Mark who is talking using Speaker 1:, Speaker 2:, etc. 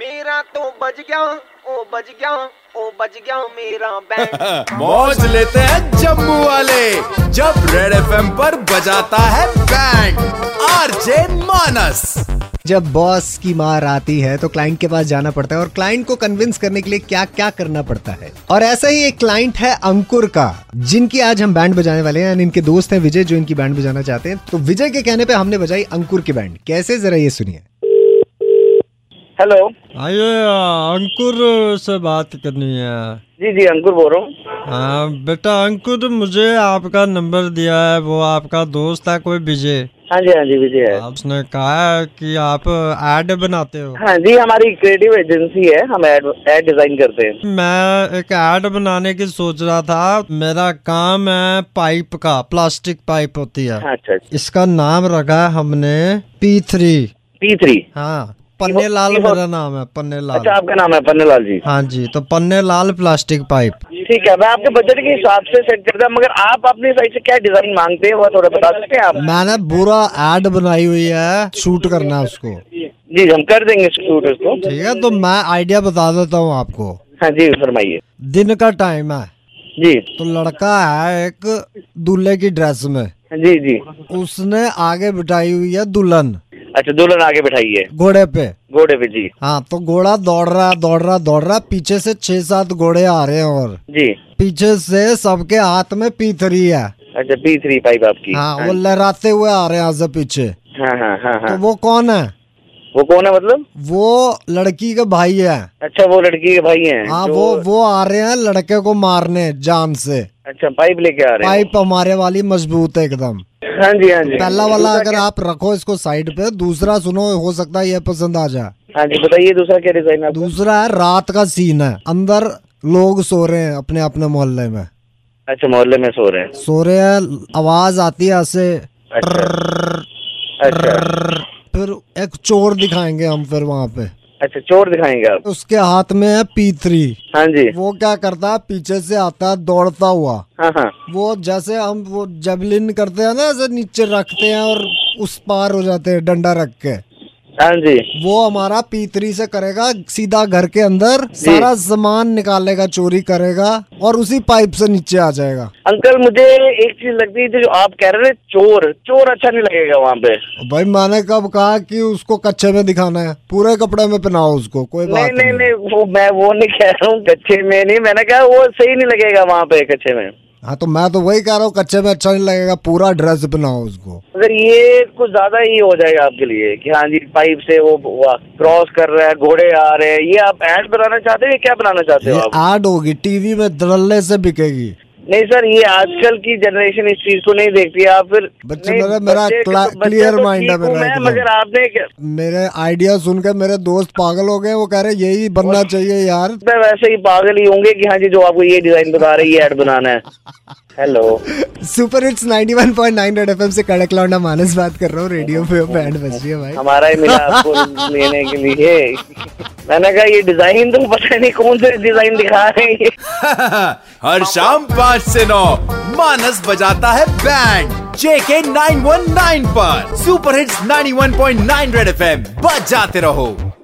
Speaker 1: मेरा तो बज गया ओ बज गया ओ बज गया मेरा बैंड
Speaker 2: मौज लेते हैं जम्मू वाले जब रेड एफएम पर बजाता है बैंड आरजे मानस
Speaker 3: जब बॉस की मार आती है तो क्लाइंट के पास जाना पड़ता है और क्लाइंट को कन्विंस करने के लिए क्या क्या करना पड़ता है और ऐसा ही एक क्लाइंट है अंकुर का जिनकी आज हम बैंड बजाने वाले हैं and इनके दोस्त हैं विजय जो इनकी बैंड बजाना चाहते हैं तो विजय के कहने पे हमने बजाई अंकुर की बैंड कैसे जरा ये सुनिए
Speaker 4: हेलो
Speaker 5: आइए अंकुर से बात करनी है
Speaker 4: जी जी अंकुर बोल रहा हूँ
Speaker 5: हाँ बेटा अंकुर मुझे आपका नंबर दिया है वो आपका दोस्त है कोई विजय
Speaker 4: हाँ जी हाँ जी विजय है
Speaker 5: उसने कहा है कि आप ऐड बनाते हो
Speaker 4: हाँ जी हमारी क्रिएटिव एजेंसी है हम एड एड डिजाइन करते हैं
Speaker 5: मैं एक ऐड बनाने की सोच रहा था मेरा काम है पाइप का प्लास्टिक पाइप होती है
Speaker 4: हाँ, अच्छा
Speaker 5: इसका नाम रखा है हमने पी थ्री
Speaker 4: पी थ्री
Speaker 5: हाँ पन्ने लाल मेरा नाम है पन्ने लाल
Speaker 4: अच्छा आपका नाम है पन्नलाल जी
Speaker 5: हाँ जी तो पन्ने लाल प्लास्टिक पाइप
Speaker 4: ठीक है मैं आपके बजट के हिसाब से सेट करता हूँ मगर आप अपनी साइड से क्या डिजाइन मांगते हैं वो थोड़ा बता सकते हैं आप
Speaker 5: मैंने बुरा एड बनाई हुई है शूट करना है उसको
Speaker 4: जी हम कर देंगे शूट उसको
Speaker 5: ठीक है तो मैं आइडिया बता देता हूँ आपको
Speaker 4: हाँ जी फरमाइए
Speaker 5: दिन का टाइम है
Speaker 4: जी
Speaker 5: तो लड़का है एक दूल्हे की ड्रेस में
Speaker 4: जी जी
Speaker 5: उसने आगे बिठाई हुई है दुल्हन
Speaker 4: अच्छा दुल्हन आगे बिठाइए
Speaker 5: घोड़े पे
Speaker 4: घोड़े पे जी
Speaker 5: हाँ तो घोड़ा दौड़ रहा है दौड़ रहा है, दौड़ रहा है। पीछे से छह सात घोड़े आ रहे हैं और
Speaker 4: जी
Speaker 5: पीछे से सबके हाथ में पीथरी है
Speaker 4: अच्छा पी थ्री पाइप आपकी
Speaker 5: हाँ वो लहराते हुए आ रहे हैं आगे पीछे
Speaker 4: हाँ हाँ हाँ हाँ
Speaker 5: तो वो कौन है तो-
Speaker 4: वो कौन है मतलब
Speaker 5: वो लड़की का भाई है
Speaker 4: अच्छा वो लड़की के भाई हैं
Speaker 5: हाँ
Speaker 4: जो-
Speaker 5: वो वो आ रहे हैं लड़के को मारने जान से
Speaker 4: अच्छा पाइप लेके आ रहे हैं
Speaker 5: पाइप हमारे वाली मजबूत है एकदम
Speaker 4: हाँ जी हाँ जी
Speaker 5: पहला वाला अगर आप रखो इसको साइड पे दूसरा सुनो हो सकता है ये पसंद आ जाए
Speaker 4: हाँ जी बताइए दूसरा क्या डिजाइन आप
Speaker 5: दूसरा है रात का सीन है अंदर लोग सो रहे हैं अपने अपने मोहल्ले में
Speaker 4: अच्छा मोहल्ले में सो रहे हैं
Speaker 5: सो रहे हैं आवाज आती है ऐसे
Speaker 4: अच्छा
Speaker 5: फिर एक चोर दिखाएंगे हम फिर वहाँ पे
Speaker 4: अच्छा चोर दिखाएंगे आप
Speaker 5: उसके हाथ में है पी थ्री
Speaker 4: हाँ जी
Speaker 5: वो क्या करता है पीछे से आता है दौड़ता हुआ
Speaker 4: हाँ हाँ
Speaker 5: वो जैसे हम वो जबलिन करते हैं ना ऐसे नीचे रखते हैं और उस पार हो जाते हैं डंडा रख के
Speaker 4: हाँ जी
Speaker 5: वो हमारा पीतरी से करेगा सीधा घर के अंदर सारा सामान निकालेगा चोरी करेगा और उसी पाइप से नीचे आ जाएगा
Speaker 4: अंकल मुझे एक चीज लगती है जो आप कह रहे थे चोर चोर अच्छा नहीं लगेगा वहाँ पे
Speaker 5: भाई मैंने कब कहा कि उसको कच्चे में दिखाना है पूरे कपड़े में पहनाओ उसको कोई
Speaker 4: नहीं
Speaker 5: बात
Speaker 4: नहीं
Speaker 5: नहीं
Speaker 4: नहीं वो मैं वो नहीं कह रहा हूँ कच्चे में नहीं मैंने कहा वो सही नहीं लगेगा वहाँ पे कच्चे में
Speaker 5: हाँ तो मैं तो वही कह रहा हूँ कच्चे में अच्छा नहीं लगेगा पूरा ड्रेस पहनाओ उसको
Speaker 4: अगर ये कुछ ज्यादा ही हो जाएगा आपके लिए कि हाँ जी पाइप से वो क्रॉस कर रहा है घोड़े आ रहे हैं ये आप ऐड बनाना चाहते हो या क्या बनाना चाहते हो
Speaker 5: ये
Speaker 4: आप
Speaker 5: एड होगी टीवी में धड़ल्ले से बिकेगी
Speaker 4: नहीं सर ये आजकल की जनरेशन इस चीज को नहीं देखती है। आप फिर
Speaker 5: बच्चे
Speaker 4: नहीं,
Speaker 5: मेरा- मेरा
Speaker 4: बच्चे-
Speaker 5: क्ला-
Speaker 4: बच्चे
Speaker 5: clear
Speaker 4: तो
Speaker 5: mind
Speaker 4: ठीक
Speaker 5: है मेरा
Speaker 4: हूं मैं,
Speaker 5: एकदम।
Speaker 4: मगर आपने क्या-
Speaker 5: मेरे आइडिया सुनकर मेरे दोस्त पागल हो गए वो कह रहे यही बनना चाहिए यार
Speaker 4: मैं वैसे ही पागल ही होंगे कि हाँ जी जो आपको ये डिजाइन बता रही है ऐड बनाना है hello
Speaker 3: super hits 91.9 Red FM से कड़क लौंडा मानस बात कर रहा हूँ रेडियो पे बैंड बज रही है भाई
Speaker 4: हमारा ही मिला आपको लेने के लिए मैंने कहा ये डिजाइन तो पता नहीं कौन से डिजाइन दिखा रहे हैं ये।
Speaker 2: हर शाम पाँच से नौ मानस बजाता है band JK nine one nine पर सुपर हिट्स 91.9 रेड एफएम बजाते रहो